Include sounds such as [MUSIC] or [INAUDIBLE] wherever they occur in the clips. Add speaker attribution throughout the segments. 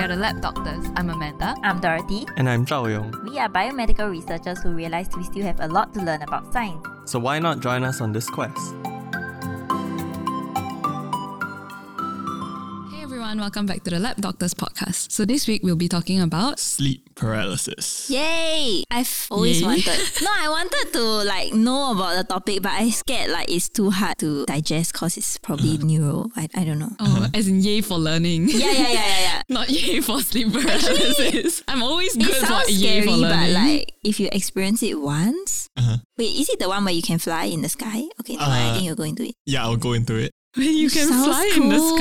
Speaker 1: are the Lab Doctors. I'm Amanda.
Speaker 2: I'm Dorothy.
Speaker 3: And I'm Zhao Yong.
Speaker 2: We are biomedical researchers who realized we still have a lot to learn about science.
Speaker 3: So why not join us on this quest?
Speaker 1: Hey everyone, welcome back to the Lab Doctors podcast. So this week we'll be talking about
Speaker 4: sleep paralysis.
Speaker 5: Yay! I've always
Speaker 1: [LAUGHS]
Speaker 4: Yay.
Speaker 5: wanted. No, I wanted to like know about the topic, but I scared like it's too hard to digest because
Speaker 1: [SIGHS]
Speaker 5: it's probably neuro. I, I
Speaker 1: [LAUGHS]
Speaker 5: don't know.
Speaker 4: Uh-huh.
Speaker 1: oh, as in yay for learning.
Speaker 5: Yeah, yeah, yeah, yeah, yeah.
Speaker 1: [LAUGHS] Not yay for sleep paralysis. I'm always
Speaker 5: It
Speaker 1: good for
Speaker 5: sounds
Speaker 1: yay
Speaker 5: scary,
Speaker 1: for
Speaker 5: but
Speaker 1: learning. [LAUGHS] Uh-huh.
Speaker 5: like if you experience it once, wait, is it the one where you can fly in the sky? Okay, no, I
Speaker 4: Uh,
Speaker 5: think you're going to it.
Speaker 4: Yeah, I'll go into it.
Speaker 1: you can
Speaker 5: sounds
Speaker 1: fly in the
Speaker 5: cool.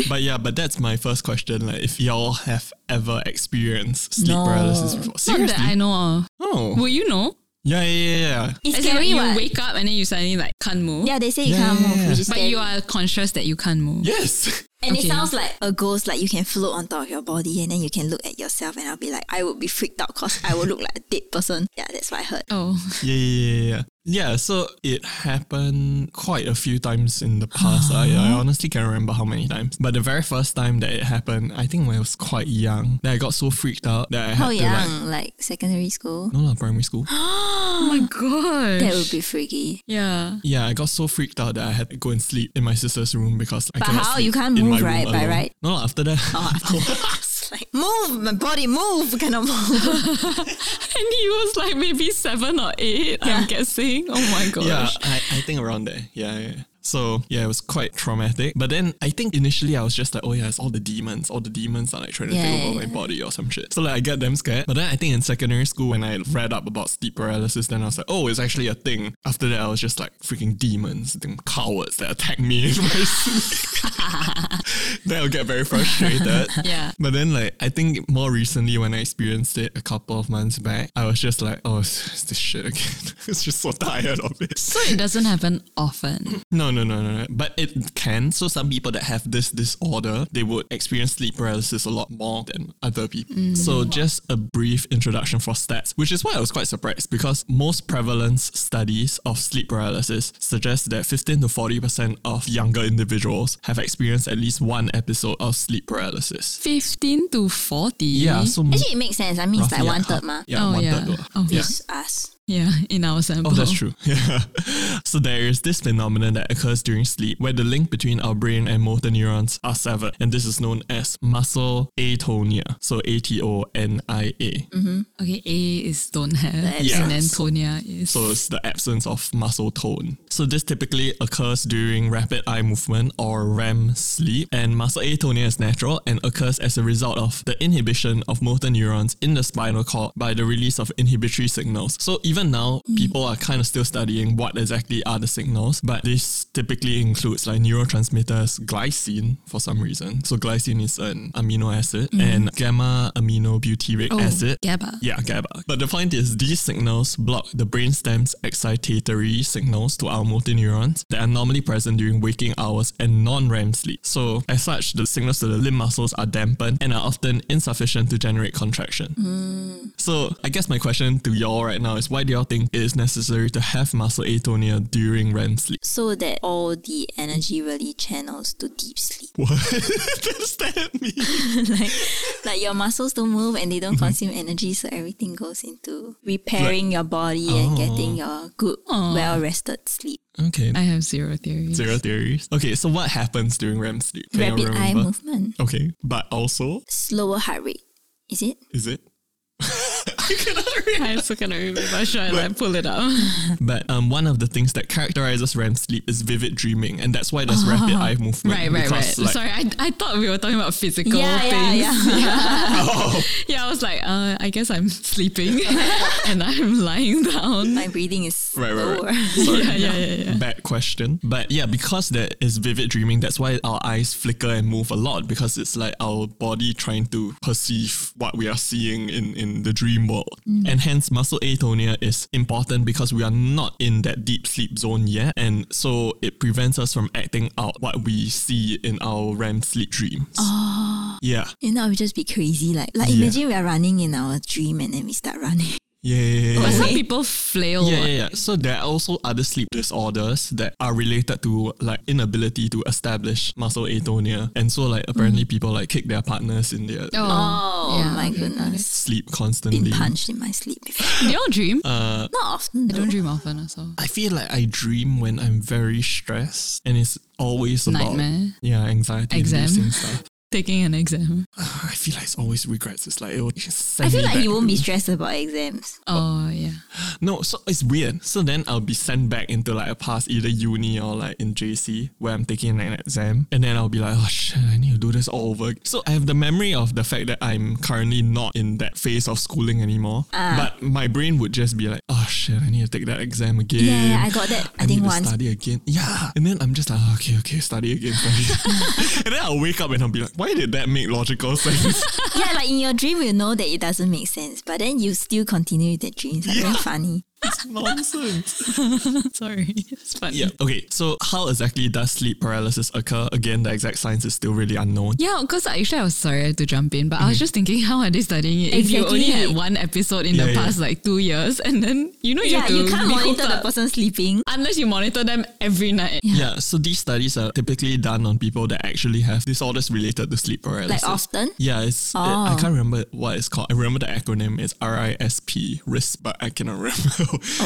Speaker 1: sky.
Speaker 4: But yeah, but that's my first question. Like, if y'all have ever experienced sleep
Speaker 5: No.
Speaker 4: paralysis before?
Speaker 1: Not
Speaker 4: Seriously?
Speaker 1: that I know of.
Speaker 4: oh,
Speaker 1: Would you know?
Speaker 4: yeah, yeah, yeah, yeah.
Speaker 5: It's
Speaker 1: As in,
Speaker 5: scary.
Speaker 1: like, you
Speaker 5: what?
Speaker 1: wake up and then you suddenly like can't move.
Speaker 5: Yeah, they say you
Speaker 4: Yeah,
Speaker 5: can't
Speaker 4: yeah,
Speaker 5: move,
Speaker 4: yeah.
Speaker 5: which is
Speaker 1: But
Speaker 5: scary.
Speaker 1: you are conscious that you can't move.
Speaker 4: Yes. [LAUGHS]
Speaker 5: and
Speaker 1: okay.
Speaker 5: it sounds like a ghost, like you can float on top of your body and then you can look at yourself and I'll be like, I would be freaked out because I would look like a dead person. Yeah, that's what I heard.
Speaker 1: Oh, [LAUGHS]
Speaker 4: yeah, yeah, yeah, yeah. Yeah, so it happened quite a few times in the past. I, I
Speaker 1: Uh-huh.
Speaker 4: honestly can't remember how many times. But the very first time that it happened, I think when I was quite young, that I got so freaked out that I had
Speaker 5: How
Speaker 4: to like,
Speaker 5: young? Like secondary school?
Speaker 4: no, not primary school.
Speaker 1: oh
Speaker 5: [GASPS]
Speaker 1: my gosh.
Speaker 5: That would be [LAUGHS] freaky.
Speaker 1: yeah. [LAUGHS]
Speaker 4: Yeah, I got so freaked out that I had to go and sleep in my sister's room because I
Speaker 5: But
Speaker 4: cannot
Speaker 5: how?
Speaker 4: sleep
Speaker 5: You can't
Speaker 4: in
Speaker 5: move,
Speaker 4: my room
Speaker 5: right? By
Speaker 4: alone.
Speaker 5: right? Oh,
Speaker 4: No, no, after that.
Speaker 5: It's like, move, my body, move, [LAUGHS] cannot move.
Speaker 1: And he was like maybe seven or eight, I'm guessing. Oh my gosh.
Speaker 4: [LAUGHS] yeah, I, I think around there. Yeah, yeah. So yeah, it was quite traumatic. But then I think initially I was just like, oh yeah, it's all the demons. All the demons are like trying to
Speaker 5: Yeah,
Speaker 4: take
Speaker 5: yeah,
Speaker 4: over my body or some shit. So like I get them scared. But then I think in secondary school when I read up about sleep paralysis, then I was like, oh, it's actually a thing. After that, I was just like freaking demons, them cowards that attack me in my sleep.
Speaker 5: [LAUGHS]
Speaker 4: [LAUGHS] then I'll get very frustrated.
Speaker 1: Yeah.
Speaker 4: But then, like, I think more recently when I experienced it a couple of months back, I was just like, oh, it's, it's this shit again. [LAUGHS] it's just so tired of it.
Speaker 1: So it doesn't happen often.
Speaker 4: No, no, no, no, no. But it can. So some people that have this disorder, they would experience sleep paralysis a lot more than other people. So just a brief introduction for stats, which is why I was quite surprised because most prevalence studies of sleep paralysis suggest that 15 to 40% of younger individuals have experienced at least one episode of sleep paralysis.
Speaker 1: 15 to 40.
Speaker 4: Yeah, so
Speaker 5: Actually, it makes sense. I mean, it's like one third, ma.
Speaker 4: Yeah,
Speaker 1: Oh,
Speaker 4: one third.
Speaker 1: yeah. Oh,
Speaker 4: yeah.
Speaker 5: It's us.
Speaker 1: Yeah, in our sample.
Speaker 4: Oh, that's true. [LAUGHS] Yeah. So there is this phenomenon that occurs during sleep where the link between our brain and motor neurons are severed, and this is known as muscle atonia. So A T O N I A.
Speaker 1: Okay, A is don't have,
Speaker 5: Yeah.
Speaker 1: and Antonia is.
Speaker 4: So it's the absence of muscle tone. So this typically occurs during rapid eye movement or REM sleep, and muscle atonia is natural and occurs as a result of the inhibition of motor neurons in the spinal cord by the release of inhibitory signals. So even now, people are kind of still studying what exactly are the signals, but this typically includes like neurotransmitters, glycine for some reason. So glycine is an amino acid and gamma aminobutyric
Speaker 1: Oh,
Speaker 4: acid.
Speaker 1: GABA.
Speaker 4: Yeah, GABA. But the point is, these signals block the brainstem's excitatory signals to our motor neurons that are normally present during waking hours and non-REM sleep. So, as such, the signals to the limb muscles are dampened and are often insufficient to generate contraction.
Speaker 1: Hmm.
Speaker 4: So, I guess my question to y'all right now is, why do y'all think it is necessary to have muscle atonia during REM sleep? [LAUGHS]
Speaker 5: So that all the energy really channels to deep sleep.
Speaker 4: What does that mean?
Speaker 5: [LAUGHS] like, like your muscles don't move and they
Speaker 4: Mm-hmm.
Speaker 5: don't consume energy, so everything goes into repairing your body
Speaker 4: Oh.
Speaker 5: and getting your good, well rested sleep.
Speaker 4: Okay.
Speaker 1: I have zero theory. [LAUGHS]
Speaker 4: Zero theories. Okay, so what happens during REM sleep? Can y'all
Speaker 5: Rapid eye
Speaker 4: remember?
Speaker 5: movement,
Speaker 4: Okay, but also,
Speaker 5: slower heart rate. Is it?
Speaker 4: Is it? I cannot read.
Speaker 1: I also cannot remember. Should I like pull it up?
Speaker 4: But um, one of the things that characterizes REM sleep is vivid dreaming, and that's why there's rapid eye movement.
Speaker 1: Ah. Right, right, right.
Speaker 4: because, like-
Speaker 1: Sorry, I, I thought we were talking about physical
Speaker 5: Yeah, yeah,
Speaker 1: things.
Speaker 5: yeah.
Speaker 1: [LAUGHS] Yeah, I was like, uh, I guess I'm sleeping [LAUGHS] and I'm lying down.
Speaker 5: [LAUGHS]
Speaker 4: [LAUGHS]
Speaker 5: My breathing is
Speaker 4: Right, right,
Speaker 5: slower. [LAUGHS]
Speaker 4: right. Sorry.
Speaker 1: [LAUGHS] Yeah, yeah, yeah, yeah.
Speaker 4: Bad question. But yeah, because there is vivid dreaming, that's why our eyes flicker and move a lot because it's like our body trying to perceive what we are seeing in, in the dream world.
Speaker 1: Mm.
Speaker 4: And hence, muscle atonia is important because we are not in that deep sleep zone yet. And so it prevents us from acting out what we see in our REM sleep dreams. Yeah.
Speaker 1: Ah.
Speaker 5: You know, I would just be crazy. Like, like
Speaker 4: Yeah.
Speaker 5: imagine we are running [LAUGHS] in our dream and then we start running.
Speaker 4: Yeah, yeah, yeah.
Speaker 1: But some
Speaker 5: Okay.
Speaker 1: people flail.
Speaker 4: Yeah,
Speaker 1: what.
Speaker 4: yeah, yeah. So there are also other sleep disorders that are related to like inability to establish muscle atonia, and so like apparently people like kick their partners in their
Speaker 5: Mm. Oh
Speaker 1: yeah.
Speaker 5: my goodness.
Speaker 4: sleep
Speaker 5: Been
Speaker 4: constantly.
Speaker 5: punched in my
Speaker 4: [LAUGHS]
Speaker 5: sleep before.
Speaker 1: Do you all dream?
Speaker 4: Uh,
Speaker 5: Not often.
Speaker 1: I don't dream often, so.
Speaker 4: I feel like I dream when I'm very stressed, and it's always about
Speaker 1: Nightmare.
Speaker 4: yeah anxiety
Speaker 1: Exam.
Speaker 4: inducing stuff.
Speaker 1: Taking an exam.
Speaker 4: I feel like it's always regrets. It's like it will just send
Speaker 5: I feel
Speaker 4: me
Speaker 5: like
Speaker 4: back
Speaker 5: you won't be
Speaker 4: to-
Speaker 5: stressed about exams.
Speaker 1: Oh, yeah. [LAUGHS]
Speaker 4: No, so it's weird. So then I'll be sent back into like a past either uni or like in JC where I'm taking an exam. And then I'll be like, oh shit, I need to do this all over. So I have the memory of the fact that I'm currently not in that phase of schooling anymore.
Speaker 5: Ah.
Speaker 4: But my brain would just be like, oh shit, I need to take that exam again.
Speaker 5: Yeah, yeah, I got that. I, think
Speaker 4: need to
Speaker 5: once.
Speaker 4: study again. Yeah. And then I'm just like, "Oh, okay, okay, study again, study.
Speaker 5: [LAUGHS]
Speaker 4: and then I'll wake up and I'll be like, why did that make logical sense?
Speaker 5: Yeah, like in your dream, you know that it doesn't make sense, but then you still continue with the dreams. Like, very funny.
Speaker 4: it's nonsense.
Speaker 1: Sorry. It's funny.
Speaker 4: Yeah. Okay. So, how exactly does sleep paralysis occur? Again, the exact science is still really unknown.
Speaker 1: Yeah, because actually I was sorry to jump in, but I
Speaker 4: Mm.
Speaker 1: was just thinking, how are they studying it? If you only
Speaker 5: Exactly.
Speaker 1: had one episode in the
Speaker 4: Yeah, yeah.
Speaker 1: past like two years, and then you know you
Speaker 5: Yeah,
Speaker 1: have to
Speaker 5: you can't
Speaker 1: be
Speaker 5: monitor
Speaker 1: hooked
Speaker 5: the
Speaker 1: up.
Speaker 5: person sleeping.
Speaker 1: unless you monitor them every night.
Speaker 4: Yeah. So these studies are typically done on people that actually have disorders related to sleep paralysis.
Speaker 5: Like often?
Speaker 4: Yeah. It's. it-
Speaker 5: Oh.
Speaker 4: I can't remember what it's called. I remember the acronym is RISP, risk, but I cannot [LAUGHS] remember.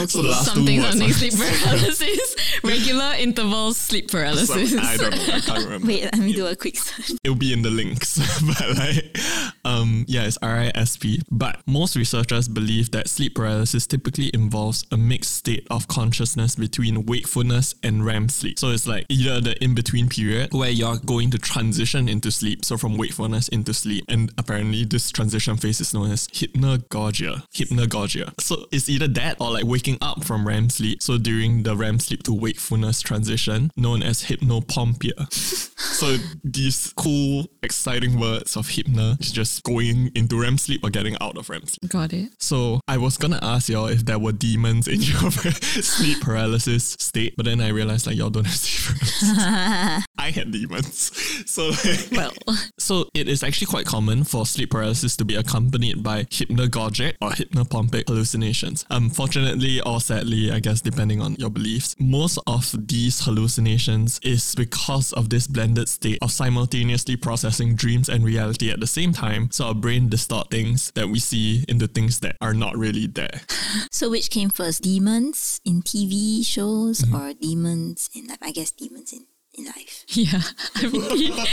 Speaker 4: so the last
Speaker 1: something
Speaker 4: two words
Speaker 1: something
Speaker 4: are- [LAUGHS]
Speaker 1: sleep paralysis, regular interval sleep
Speaker 4: So,
Speaker 1: paralysis.
Speaker 4: I don't know. I
Speaker 1: [LAUGHS]
Speaker 4: can't remember.
Speaker 5: Wait, let me do a quick search. [LAUGHS]
Speaker 4: it'll be in the links. [LAUGHS] but like, um, yeah, it's RISP. But most researchers believe that sleep paralysis typically involves a mixed state of consciousness between wakefulness and REM sleep. So it's like either the in between period where you're going to transition into sleep, so from wakefulness into sleep, and apparently this transition phase is known as hypnagogia. Hypnagogia. So it's either that or like waking up from REM sleep. So during the REM sleep to wakefulness transition, known as hypnopompia. [LAUGHS] So these cool, exciting words of hypna is just going into REM sleep or getting out of REM sleep.
Speaker 1: Got it. [LAUGHS]
Speaker 4: So I was gonna ask y'all if there were demons in [LAUGHS] your sleep paralysis state, but then I realized like y'all don't have [LAUGHS] sleep paralysis. I had demons. So like,
Speaker 1: Well,
Speaker 4: so it is actually quite common for sleep paralysis to be accompanied by hypnagogic or hypnopompic hallucinations. Unfortunately or sadly, I guess depending on your beliefs, most of these hallucinations is because of this blended state of simultaneously processing dreams and reality at the same time. So our brain distort things that we see into things that are not really there.
Speaker 5: So, which came first? Demons in TV shows
Speaker 1: Mm-hmm.
Speaker 5: or demons in life? I guess demons in, in life.
Speaker 1: [LAUGHS]
Speaker 5: [LAUGHS]
Speaker 1: yeah. I
Speaker 4: [LAUGHS]
Speaker 1: mean,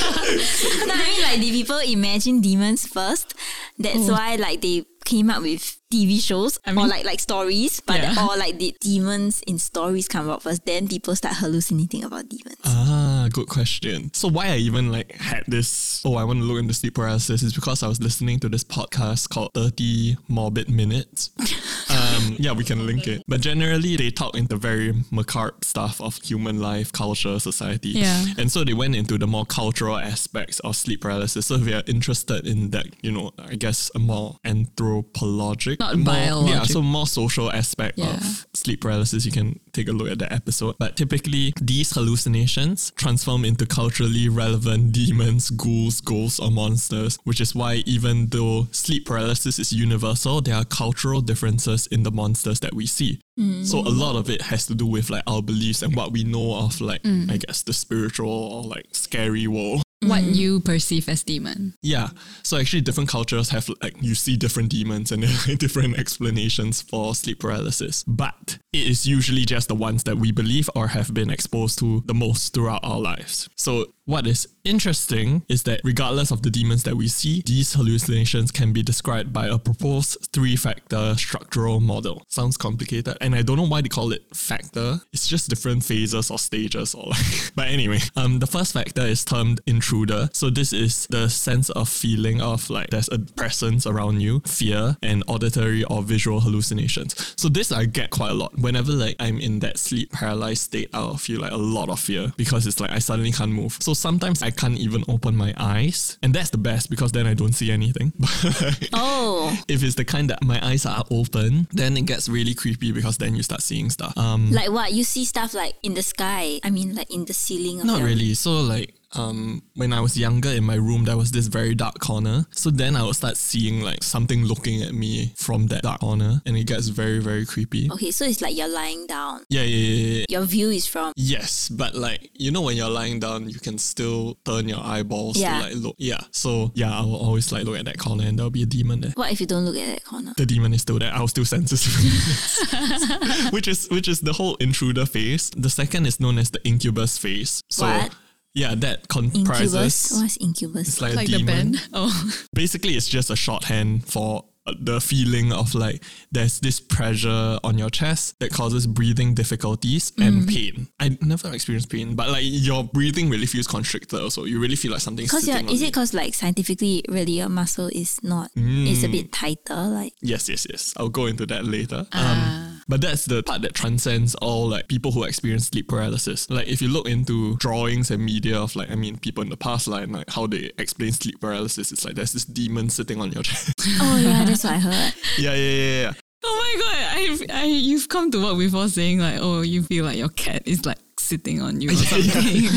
Speaker 5: no, I mean, like, the people imagine demons first. That's why, like, they came up with TV shows
Speaker 1: Oh. I
Speaker 5: or
Speaker 1: mean-
Speaker 5: like like stories, but
Speaker 1: Yeah.
Speaker 5: or like the demons in stories come out first. Then people start hallucinating about demons.
Speaker 1: [LAUGHS]
Speaker 4: Ah, good question. So why I even like had this oh I want to look into sleep paralysis is because I was listening to this podcast called 30 Morbid Minutes.
Speaker 1: [LAUGHS]
Speaker 4: Um yeah, we can link it. But generally they talk into very macabre stuff of human life, culture, society.
Speaker 1: Yeah.
Speaker 4: And so they went into the more cultural aspects of sleep paralysis. So if you're interested in that, you know, I guess a more anthropologic
Speaker 1: Not
Speaker 4: more, Yeah,
Speaker 1: biologic.
Speaker 4: so more social aspect
Speaker 1: Yeah.
Speaker 4: of sleep paralysis, you can take a look at that episode. But typically, these hallucinations transform into culturally relevant demons, ghouls, ghosts, or monsters, which is why, even though sleep paralysis is universal, there are cultural differences in the monsters that we see. So a lot of it has to do with like our beliefs and what we know of like I guess the spiritual or like scary world.
Speaker 1: what you perceive as demon.
Speaker 4: Yeah. So actually, different cultures have like you see different demons and [LAUGHS] like, different explanations for sleep paralysis, but it is usually just the ones that we believe or have been exposed to the most throughout our lives. So what is interesting is that regardless of the demons that we see, these hallucinations can be described by a proposed three-factor structural model. Sounds complicated, and I don't know why they call it factor. It's just different phases or stages or like. [LAUGHS] But anyway, um, the first factor is termed intruder. So this is the sense of feeling of like there's a presence around you, fear, and auditory or visual hallucinations. So this I get quite a lot. Whenever like I'm in that sleep paralyzed state, I'll feel like a lot of fear because it's like I suddenly can't move. So sometimes I can't even open my eyes, and that's the best because then I don't see anything. [LAUGHS]
Speaker 5: Oh,
Speaker 4: if it's the kind that my eyes are open, then it gets really creepy because then you start seeing stuff. Um,
Speaker 5: like what you see stuff like in the sky. I mean, like in the ceiling. Of
Speaker 4: not
Speaker 5: your-
Speaker 4: really. So like um, when I was younger in my room, there was this very dark corner. So then I would start seeing like something looking at me from that dark corner, and it gets very, very creepy.
Speaker 5: Okay, so it's like you're lying down.
Speaker 4: Yeah, yeah, yeah, yeah, yeah.
Speaker 5: Your view is from
Speaker 4: Yes, but like you know, when you're lying down, you can still turn your eyeballs
Speaker 5: Yeah.
Speaker 4: to like look. Yeah, so yeah, I will always like look at that corner, and there'll be a demon there.
Speaker 5: what if you don't look at that corner?
Speaker 4: The demon is still there. I'll still sense
Speaker 5: [LAUGHS]
Speaker 4: it, which is which is the whole intruder phase. The second is known as the incubus phase. So
Speaker 5: What?
Speaker 4: yeah, that
Speaker 5: Incubus.
Speaker 4: comprises
Speaker 5: What's incubus?
Speaker 4: it's like,
Speaker 1: like
Speaker 4: a
Speaker 1: the
Speaker 4: demon.
Speaker 1: band. [LAUGHS] Oh,
Speaker 4: Basically, it's just a shorthand for uh, the feeling of like there's this pressure on your chest that causes breathing difficulties and pain. I never experienced pain, but like your breathing really feels constricted. So you really feel like something's
Speaker 5: Cause your,
Speaker 4: sitting on
Speaker 5: is it because like scientifically really your muscle is not it's a
Speaker 4: Mm.
Speaker 5: bit tighter like
Speaker 4: Yes, yes, yes. I'll go into that later. Um, but that's the part that transcends all like people who experience sleep paralysis. Like if you look into drawings and media of like I mean people in the past, like, like how they explain sleep paralysis, it's like there's this demon sitting on your [LAUGHS] chest.
Speaker 5: oh yeah that's what I
Speaker 4: [LAUGHS]
Speaker 5: heard
Speaker 4: yeah, yeah, yeah, yeah.
Speaker 1: oh my god! I've, I you've come to work before saying like, oh, you feel like your cat is like sitting on
Speaker 4: [LAUGHS]
Speaker 1: you or something,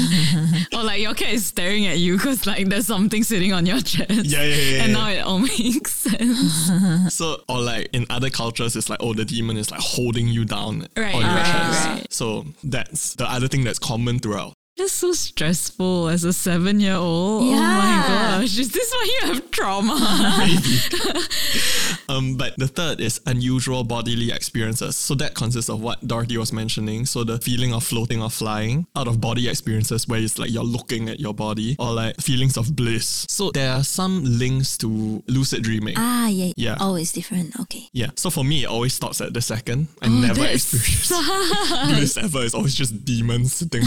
Speaker 1: [LAUGHS] or like your cat is staring at you because like there's something sitting on your chest.
Speaker 4: Yeah, yeah, yeah,
Speaker 1: And
Speaker 4: yeah.
Speaker 1: now it all [LAUGHS] makes sense.
Speaker 4: So or like in other cultures, it's like oh the demon is like holding you down
Speaker 1: Right,
Speaker 4: on your
Speaker 1: right,
Speaker 4: chest.
Speaker 5: right.
Speaker 4: So that's the other thing that's common throughout. [LAUGHS]
Speaker 1: That's so stressful as a seven-year-old. Oh
Speaker 5: Yeah.
Speaker 1: my gosh! Is this why you have trauma? [LAUGHS]
Speaker 4: Um, but the third is unusual bodily experiences. So that consists of what Dorothy was mentioning. So the feeling of floating or flying, out of body experiences where it's like you're looking at your body, or like feelings of bliss. So there are some links to lucid dreaming.
Speaker 5: ah yeah
Speaker 4: Yeah.
Speaker 5: oh it's different okay
Speaker 4: Yeah. So for me, it always stops at the second. I never
Speaker 1: that
Speaker 4: experience [LAUGHS] bliss ever. It's always just demons sitting,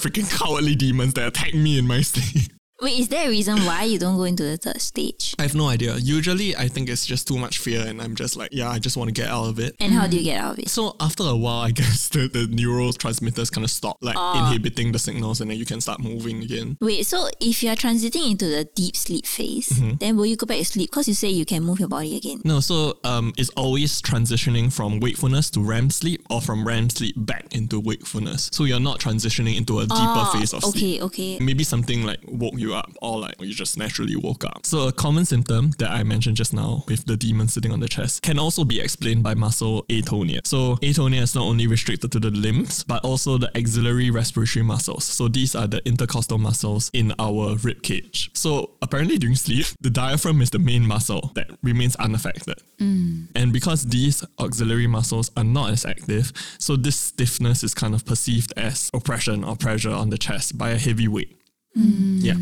Speaker 4: freaking cowardly demons that attack me in my [LAUGHS] sleep.
Speaker 5: wait is there a reason why you don't go into the third stage
Speaker 4: I have no idea. Usually, I think it's just too much fear, and I'm just like, yeah, I just want to get out of it.
Speaker 5: and how do you get out of it
Speaker 4: So after a while, I [LAUGHS] guess the, the neurotransmitters kind of stop like inhibiting the signals and then you can start moving again.
Speaker 5: wait so if you are transiting into the deep sleep phase
Speaker 4: Mm-hmm.
Speaker 5: then will you go back to sleep because you say you can move your body again
Speaker 4: No, so um, it's always transitioning from wakefulness to REM sleep or from REM sleep back into wakefulness. So you're not transitioning into a deeper phase of sleep.
Speaker 5: okay okay
Speaker 4: Maybe something like woke you up or like you just naturally woke up. So a common symptom that I mentioned just now with the demon sitting on the chest can also be explained by muscle atonia. So atonia is not only restricted to the limbs, but also the axillary respiratory muscles. So these are the intercostal muscles in our rib cage. So apparently during sleep, the diaphragm is the main muscle that remains unaffected. And because these auxiliary muscles are not as active, so this stiffness is kind of perceived as oppression or pressure on the chest by a heavy weight.
Speaker 1: Mm.
Speaker 4: Yeah.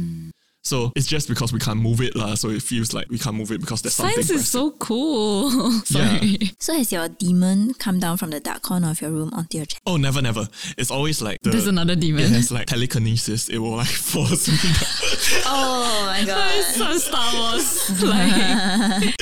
Speaker 4: So it's just because we can't move it, lah. So it feels like we can't move it because there's
Speaker 1: Science
Speaker 4: something.
Speaker 1: is so cool. [LAUGHS] Sorry.
Speaker 5: so has your demon come down from the dark corner of your room onto your chest
Speaker 4: Oh, never, never. It's always like the,
Speaker 1: There's another demon.
Speaker 4: It has like telekinesis. It will like [LAUGHS] force me.
Speaker 5: oh
Speaker 1: [LAUGHS]
Speaker 5: my god
Speaker 1: It's so Star Wars.
Speaker 5: [LAUGHS]
Speaker 1: Like,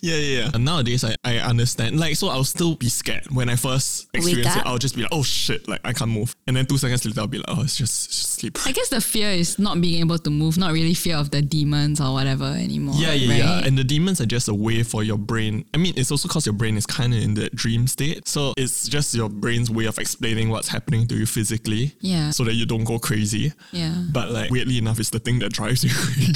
Speaker 4: Yeah, yeah, yeah. And nowadays, I, I understand. Like, so I'll still be scared when I first experience
Speaker 5: up?
Speaker 4: it. I'll just be like, oh shit, like I can't move. And then two seconds later, I'll be like, oh, it's just, it's just sleep.
Speaker 1: I guess the fear is not being able to move, not really fear of the demons or whatever anymore.
Speaker 4: Yeah, yeah, yeah.
Speaker 1: right?
Speaker 4: And the demons are just a way for your brain. I mean, it's also because your brain is kind of in that dream state. So it's just your brain's way of explaining what's happening to you physically.
Speaker 1: Yeah.
Speaker 4: So that you don't go crazy.
Speaker 1: Yeah.
Speaker 4: But like, weirdly enough, it's the thing that drives you [LAUGHS] crazy.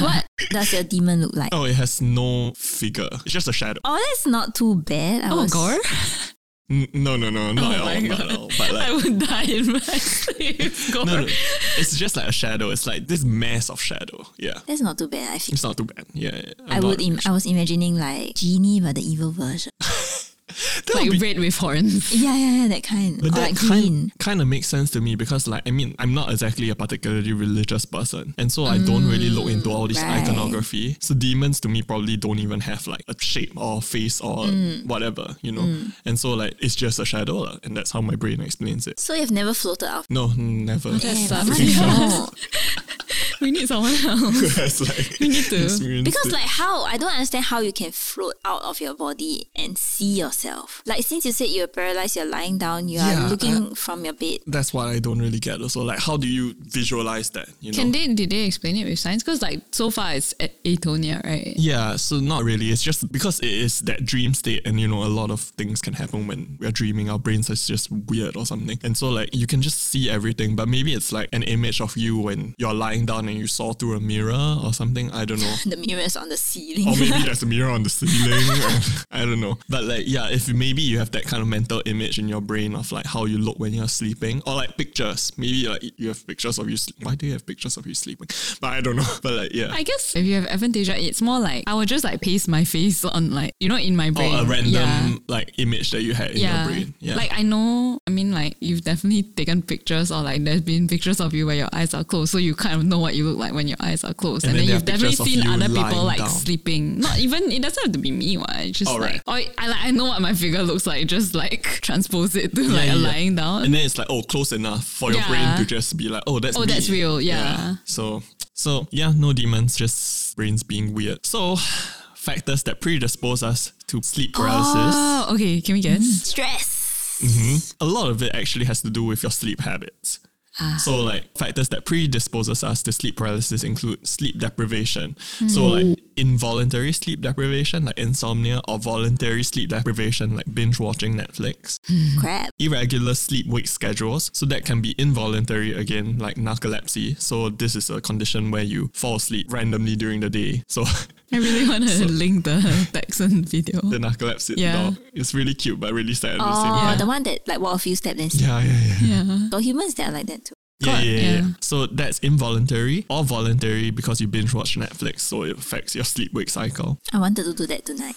Speaker 5: what does your demon look like
Speaker 4: Uh-huh. oh, it has no figure. It's just a shadow.
Speaker 5: Oh, that's not too bad. I
Speaker 1: Oh,
Speaker 5: was-
Speaker 1: gore?
Speaker 4: N- no, no, no, not at
Speaker 1: Oh my
Speaker 4: all, not
Speaker 1: God.
Speaker 4: at all.
Speaker 1: [LAUGHS]
Speaker 4: But
Speaker 1: [LAUGHS] I
Speaker 4: like.
Speaker 1: would die in my sleep. if Gore. [LAUGHS]
Speaker 4: No, no, it's just like a shadow. It's like this mass of shadow. Yeah,
Speaker 5: That's not too bad. I think
Speaker 4: it's not too bad. Yeah, yeah. I'm
Speaker 5: I would.
Speaker 4: not-
Speaker 5: Im- I was imagining like genie, but the evil
Speaker 4: [LAUGHS]
Speaker 5: version.
Speaker 4: That would
Speaker 1: Like
Speaker 4: be-
Speaker 1: red with horns.
Speaker 5: Yeah, yeah, yeah, that kind.
Speaker 4: But
Speaker 5: or
Speaker 4: that
Speaker 5: like green.
Speaker 4: kind, kind of makes sense to me because, like, I mean, I'm not exactly a particularly religious person, and so I don't really look into all this
Speaker 5: Mm, right.
Speaker 4: iconography. So demons to me probably don't even have like a shape or face or
Speaker 5: Mm.
Speaker 4: whatever, you know. And so like it's just a shadow, lah, and that's how my brain explains it.
Speaker 5: So you've never floated out.
Speaker 4: No, never. [LAUGHS]
Speaker 1: That
Speaker 5: Yeah, [LAUGHS]
Speaker 1: sucks.
Speaker 5: but what do you know?
Speaker 1: [LAUGHS] we need someone else.
Speaker 4: That's like
Speaker 1: We need to-
Speaker 4: experience
Speaker 5: Because
Speaker 4: it.
Speaker 5: like how I don't understand how you can float out of your body and see yourself. Like since you said you're paralyzed, you're lying down, you
Speaker 4: Yeah,
Speaker 5: are looking from your bed. [LAUGHS]
Speaker 4: that's what I don't really get. Also, like, how do you visualize that? You
Speaker 1: [LAUGHS]
Speaker 4: know.
Speaker 1: Can they did they explain it with science? Because like so far it's at atonia, right?
Speaker 4: yeah, so not really. It's just because it is that dream state, and you know, a lot of things can happen when we're dreaming. Our brains are just weird or something. And so, like, you can just see everything, but maybe it's like an image of you when you're lying down and you saw through a mirror or something. I don't know.
Speaker 5: The mirrors on the ceiling.
Speaker 4: or maybe there's a mirror on the ceiling. [LAUGHS] or- I don't know. But like, yeah, if maybe you have that kind of mental image in your brain of like how you look when you're sleeping, or like pictures. Maybe like you have pictures of you. Sleep. Why do you have pictures of you sleeping? But I don't know. [LAUGHS] But like, yeah.
Speaker 1: I guess if you have aphantasia, it's more like I will just like paste my face on like you know in my brain.
Speaker 4: or a random
Speaker 1: Yeah.
Speaker 4: like image that you had in
Speaker 1: yeah.
Speaker 4: your brain. Yeah.
Speaker 1: Like I know, I mean, like you've definitely taken pictures, or like there's been pictures of you where your eyes are closed, so you kind of know what you look like when your eyes are closed,
Speaker 4: And
Speaker 1: and,
Speaker 4: then
Speaker 1: then,
Speaker 4: there
Speaker 1: you've
Speaker 4: are pictures
Speaker 1: definitely
Speaker 4: of
Speaker 1: seen
Speaker 4: you
Speaker 1: other people
Speaker 4: lying
Speaker 1: like
Speaker 4: down.
Speaker 1: sleeping. Not even it doesn't have to be me. What it's just
Speaker 4: Oh,
Speaker 1: like or I like I know what my figure looks like. Just like [LAUGHS] transpose it to like a
Speaker 4: yeah, yeah.
Speaker 1: lying down.
Speaker 4: and then it's like oh close enough for your
Speaker 1: Yeah.
Speaker 4: brain to just be like oh that's
Speaker 1: Oh,
Speaker 4: me.
Speaker 1: that's real, yeah.
Speaker 4: so so yeah no demons just brains being weird so factors that predispose us to sleep paralysis
Speaker 1: oh, okay. Can we guess?
Speaker 5: [LAUGHS]
Speaker 4: [LAUGHS]
Speaker 5: Stress.
Speaker 4: a lot of it actually has to do with your sleep habits. So like factors that predisposes us to sleep paralysis include sleep deprivation. So like involuntary sleep deprivation like insomnia or voluntary sleep deprivation like binge watching Netflix.
Speaker 5: Crap.
Speaker 4: Irregular sleep wake schedules. So that can be involuntary again like narcolepsy. So this is a condition where you fall asleep randomly during the day. So [LAUGHS]
Speaker 1: I really want to link the [LAUGHS] Texan video.
Speaker 4: the narcolepsy
Speaker 1: Yeah.
Speaker 4: dog is really cute but really sad at the same
Speaker 5: Oh,
Speaker 4: time.
Speaker 5: the one that like walk a few steps and sleep.
Speaker 4: yeah, yeah, yeah.
Speaker 1: yeah.
Speaker 5: Got humans that are like that too.
Speaker 4: Yeah,
Speaker 1: Correct,
Speaker 4: yeah, yeah,
Speaker 1: yeah.
Speaker 4: yeah. So that's involuntary or voluntary because you binge watch Netflix, so it affects your sleep
Speaker 5: [LAUGHS]
Speaker 4: wake cycle.
Speaker 5: I wanted to do that
Speaker 4: [LAUGHS]
Speaker 5: tonight.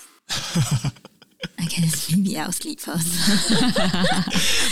Speaker 5: I [LAUGHS] guess maybe I'll sleep
Speaker 4: [LAUGHS]
Speaker 5: first.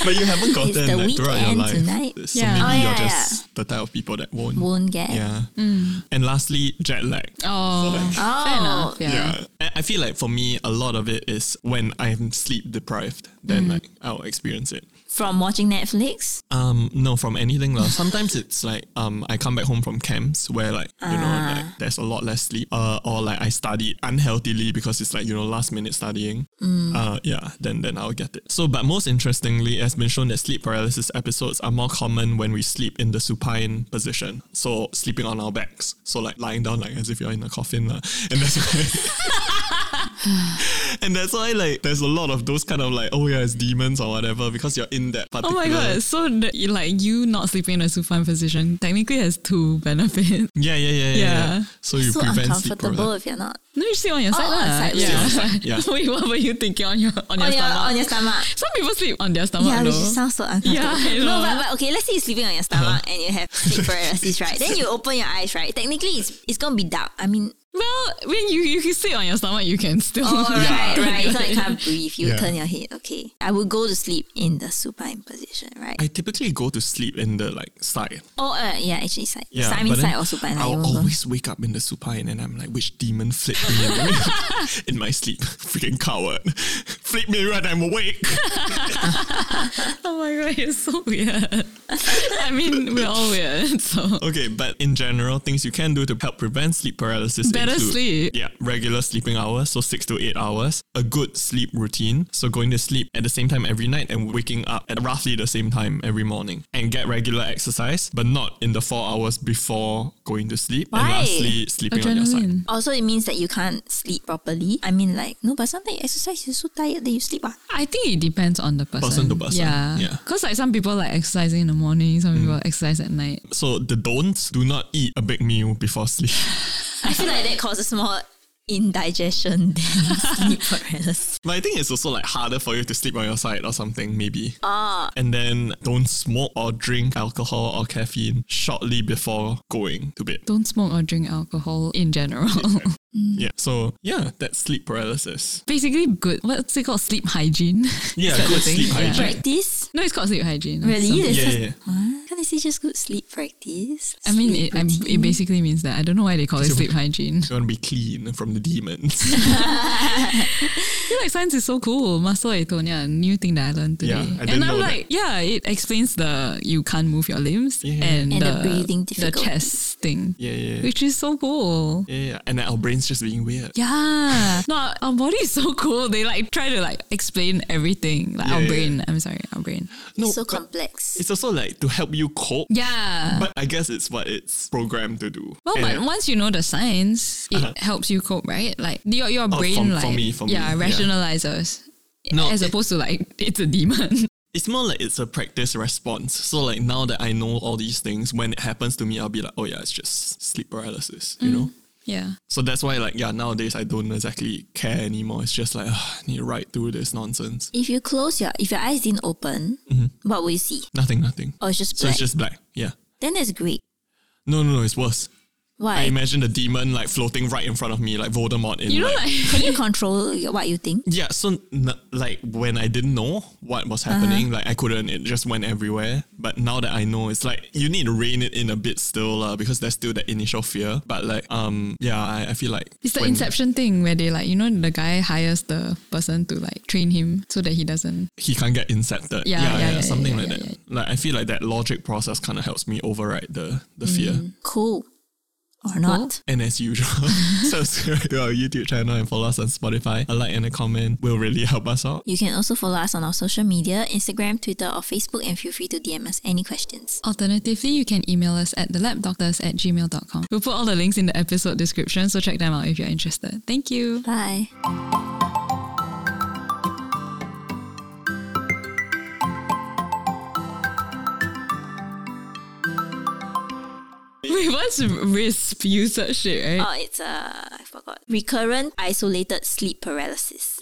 Speaker 4: But you haven't gotten
Speaker 5: the
Speaker 4: that throughout your
Speaker 5: weekend
Speaker 4: life.
Speaker 5: tonight.
Speaker 4: So
Speaker 1: Yeah.
Speaker 4: maybe
Speaker 1: Oh,
Speaker 5: yeah,
Speaker 4: you're just the type of people that won't.
Speaker 5: Won't get.
Speaker 4: Yeah. Mm. And lastly, jet lag.
Speaker 1: Oh, fair enough. Yeah.
Speaker 4: Yeah. I I feel like for me, a lot of it is when I'm sleep deprived,
Speaker 5: Mm.
Speaker 4: then like I'll experience it.
Speaker 5: From watching Netflix.
Speaker 4: Um, no, from anything lah. Sometimes it's like um, I come back home from camps where like you
Speaker 1: Ah.
Speaker 4: know like there's a lot less sleep. Uh, or like I studied unhealthily because it's like you know last minute studying.
Speaker 1: Mm.
Speaker 4: Uh, yeah, then then I'll get it. So, but most interestingly, it has been shown that sleep paralysis episodes are more common when we sleep in the supine position. So sleeping on our backs. So like lying down like as if you're in a coffin lah. And that's why. [LAUGHS] And that's why, like, there's a lot of those kind of like, oh yeah, it's demons or whatever, because you're in that
Speaker 1: Oh
Speaker 4: particular.
Speaker 1: my god! So the, like you not sleeping in a supine position technically has two benefits.
Speaker 4: Yeah, yeah, yeah,
Speaker 1: Yeah.
Speaker 4: yeah. yeah. So you
Speaker 5: so
Speaker 4: prevent sleep
Speaker 5: uncomfortable
Speaker 4: paralysis.
Speaker 5: if you're not.
Speaker 1: No, you sleep on your side.
Speaker 5: on the
Speaker 1: lah.
Speaker 5: side,
Speaker 1: yeah. [LAUGHS]
Speaker 4: yeah. Yeah.
Speaker 1: Wait, what were you thinking on your on your
Speaker 5: oh, On your,
Speaker 1: stomach?
Speaker 5: on your stomach.
Speaker 1: Some people sleep on their stomach.
Speaker 5: Yeah,
Speaker 1: though.
Speaker 5: which sounds so uncomfortable.
Speaker 1: Yeah, I
Speaker 5: no,
Speaker 1: know.
Speaker 5: but, but okay, let's say you're sleeping on your stomach
Speaker 4: Uh-huh.
Speaker 5: and you have
Speaker 4: [LAUGHS]
Speaker 5: sleep paralysis, right? Then you open your eyes, right? Technically, it's it's gonna be dark. I
Speaker 4: [LAUGHS]
Speaker 5: mean,
Speaker 1: well, when you you can sleep on your stomach, you can still. [LAUGHS]
Speaker 5: all Oh, right, right. So you can't breathe. You
Speaker 4: Yeah.
Speaker 5: turn your head. Okay, I would go to sleep in the supine position, right?
Speaker 4: I typically go to sleep in the like side.
Speaker 5: or uh, yeah, actually side.
Speaker 4: Yeah,
Speaker 5: side I mean
Speaker 4: but then
Speaker 5: side or supine. I
Speaker 4: I'll
Speaker 5: don't know.
Speaker 4: always wake up in the supine and I'm like, which demon flipped me [LAUGHS] awake in my sleep? [LAUGHS] Freaking coward. [LAUGHS] Flip me when I'm awake.
Speaker 1: Oh my god, it's so weird. I mean, we're all weird. [LAUGHS] So
Speaker 4: Okay, but in general, things you can do to help prevent sleep paralysis
Speaker 1: Better
Speaker 4: include,
Speaker 1: sleep.
Speaker 4: Yeah, regular sleeping hours, so six to eight hours. A good sleep routine, so going to sleep at the same time every night and waking up at roughly the same time every morning. And get regular exercise, but not in the four hours before going to sleep. And
Speaker 5: Why?
Speaker 4: lastly, sleeping on your side.
Speaker 1: adrenaline.
Speaker 5: Also, oh, it means that you can't sleep properly. I mean, like no, but sometimes you exercise, you're so tired that you sleep. Ah.
Speaker 1: I think it depends on the person.
Speaker 4: Person to person, yeah. Mm.
Speaker 1: Yeah. Because like some people like exercising in the morning, some people exercise at night.
Speaker 4: So the don'ts, do not eat a big meal before [LAUGHS] sleep.
Speaker 5: I feel like that causes more indigestion [LAUGHS] than sleep paralysis.
Speaker 4: But I think it's also like harder for you to sleep on your side or something, maybe. [LAUGHS] Ah.
Speaker 5: Uh,
Speaker 4: And then don't smoke or drink alcohol or caffeine shortly before going to bed.
Speaker 1: Don't smoke or drink alcohol in general.
Speaker 4: Yeah. So yeah, that's sleep paralysis.
Speaker 1: [LAUGHS] Basically, good. What's it called? Sleep hygiene. [LAUGHS]
Speaker 4: Yeah,
Speaker 1: Is that the
Speaker 4: good
Speaker 1: thing?
Speaker 4: sleep
Speaker 1: Yeah.
Speaker 4: hygiene.
Speaker 5: Practice
Speaker 1: No, it's called sleep hygiene.
Speaker 5: really?
Speaker 1: Some-
Speaker 5: There's
Speaker 4: Yeah,
Speaker 5: such-
Speaker 4: yeah, yeah.
Speaker 5: What? Can't I is it just good sleep practice?
Speaker 1: I mean,
Speaker 5: Sleep
Speaker 1: it, I'm, it
Speaker 5: routine.
Speaker 1: basically means that I don't know why they call it
Speaker 4: Because
Speaker 1: sleep
Speaker 4: you're-
Speaker 5: [LAUGHS]
Speaker 1: hygiene.
Speaker 4: You want to be clean from the
Speaker 1: [LAUGHS]
Speaker 4: demons.
Speaker 1: I feel like science is so cool. Maso Etonia, new thing that I learned today.
Speaker 4: Yeah, I didn't
Speaker 1: and I'm
Speaker 4: know
Speaker 1: like, yeah, it explains the you can't move your limbs
Speaker 4: Yeah.
Speaker 1: and,
Speaker 5: And the
Speaker 1: the
Speaker 5: breathing
Speaker 1: the chest thing,
Speaker 4: yeah, yeah, yeah.
Speaker 1: which is so cool.
Speaker 4: yeah, yeah. And then our brains just being weird.
Speaker 1: Yeah, no, our- our body is so cool. They like try to like explain everything, like
Speaker 4: Yeah,
Speaker 1: our
Speaker 4: yeah.
Speaker 1: brain. I'm sorry, our brain.
Speaker 4: No,
Speaker 5: so
Speaker 4: but
Speaker 5: complex.
Speaker 4: it's also like to help you cope.
Speaker 1: Yeah.
Speaker 4: But I guess it's what it's programmed to do.
Speaker 1: well,
Speaker 4: And-
Speaker 1: but once you know the science, it
Speaker 4: Uh-huh.
Speaker 1: helps you cope, right? Like your your
Speaker 4: Oh,
Speaker 1: brain,
Speaker 4: for- for
Speaker 1: like
Speaker 4: me, for me,
Speaker 1: yeah,
Speaker 4: yeah.
Speaker 1: rationalizes
Speaker 4: No,
Speaker 1: as
Speaker 4: it-
Speaker 1: opposed to like it's a
Speaker 5: [LAUGHS]
Speaker 1: demon.
Speaker 4: it's more like it's a practice response. So like now that I know all these things, when it happens to me, I'll be like, oh yeah, it's just sleep paralysis,
Speaker 1: Mm.
Speaker 4: you know.
Speaker 1: yeah.
Speaker 4: So that's why like yeah, nowadays I don't exactly care anymore. It's just like "Ugh, I need to ride through this nonsense.
Speaker 5: if you close your if your eyes didn't open, what will you see?
Speaker 4: Nothing, nothing.
Speaker 5: Oh, it's just
Speaker 4: Mm-hmm. so
Speaker 5: black.
Speaker 4: it's just black. Yeah.
Speaker 5: then that's great.
Speaker 4: No, no, no. It's worse. I
Speaker 5: Why?
Speaker 4: imagine the demon like floating right in front of me, like Voldemort in
Speaker 1: You know,
Speaker 4: like-
Speaker 1: like [LAUGHS]
Speaker 5: Can you control your- what you think?
Speaker 4: Yeah, so n- like when I didn't know what
Speaker 1: Uh-huh.
Speaker 4: was happening, like I couldn't, it just went everywhere. But now that I know, it's like you need to rein it in a bit still, lah, because there's still that initial fear. But like, um, yeah, I, I feel like
Speaker 1: It's the
Speaker 4: when-
Speaker 1: Inception thing where they like, you know, the guy hires the person to like train him so that he doesn't.
Speaker 4: He can't get incepted.
Speaker 1: Yeah,
Speaker 4: Yeah,
Speaker 1: yeah,
Speaker 4: yeah,
Speaker 1: yeah,
Speaker 4: something
Speaker 1: yeah,
Speaker 4: like
Speaker 1: yeah,
Speaker 4: that. Like I feel like that logic process kind of helps me override the the
Speaker 1: Mm.
Speaker 4: fear.
Speaker 5: Cool or not?
Speaker 4: And as usual, [LAUGHS] subscribe to our YouTube channel and follow us on Spotify. A like and a comment will really help us out.
Speaker 5: You can also follow us on our social media, Instagram, Twitter, or Facebook, and feel free to DM us any questions.
Speaker 1: Alternatively, you can email us at thelabdoctors at gmail.com. We'll put all the links in the episode description, so check them out if you're interested. Thank you.
Speaker 5: Bye.
Speaker 1: [LAUGHS] Wait, what's RISP? You search shit, right?
Speaker 5: Oh, it's uh, I forgot. Recurrent isolated sleep paralysis.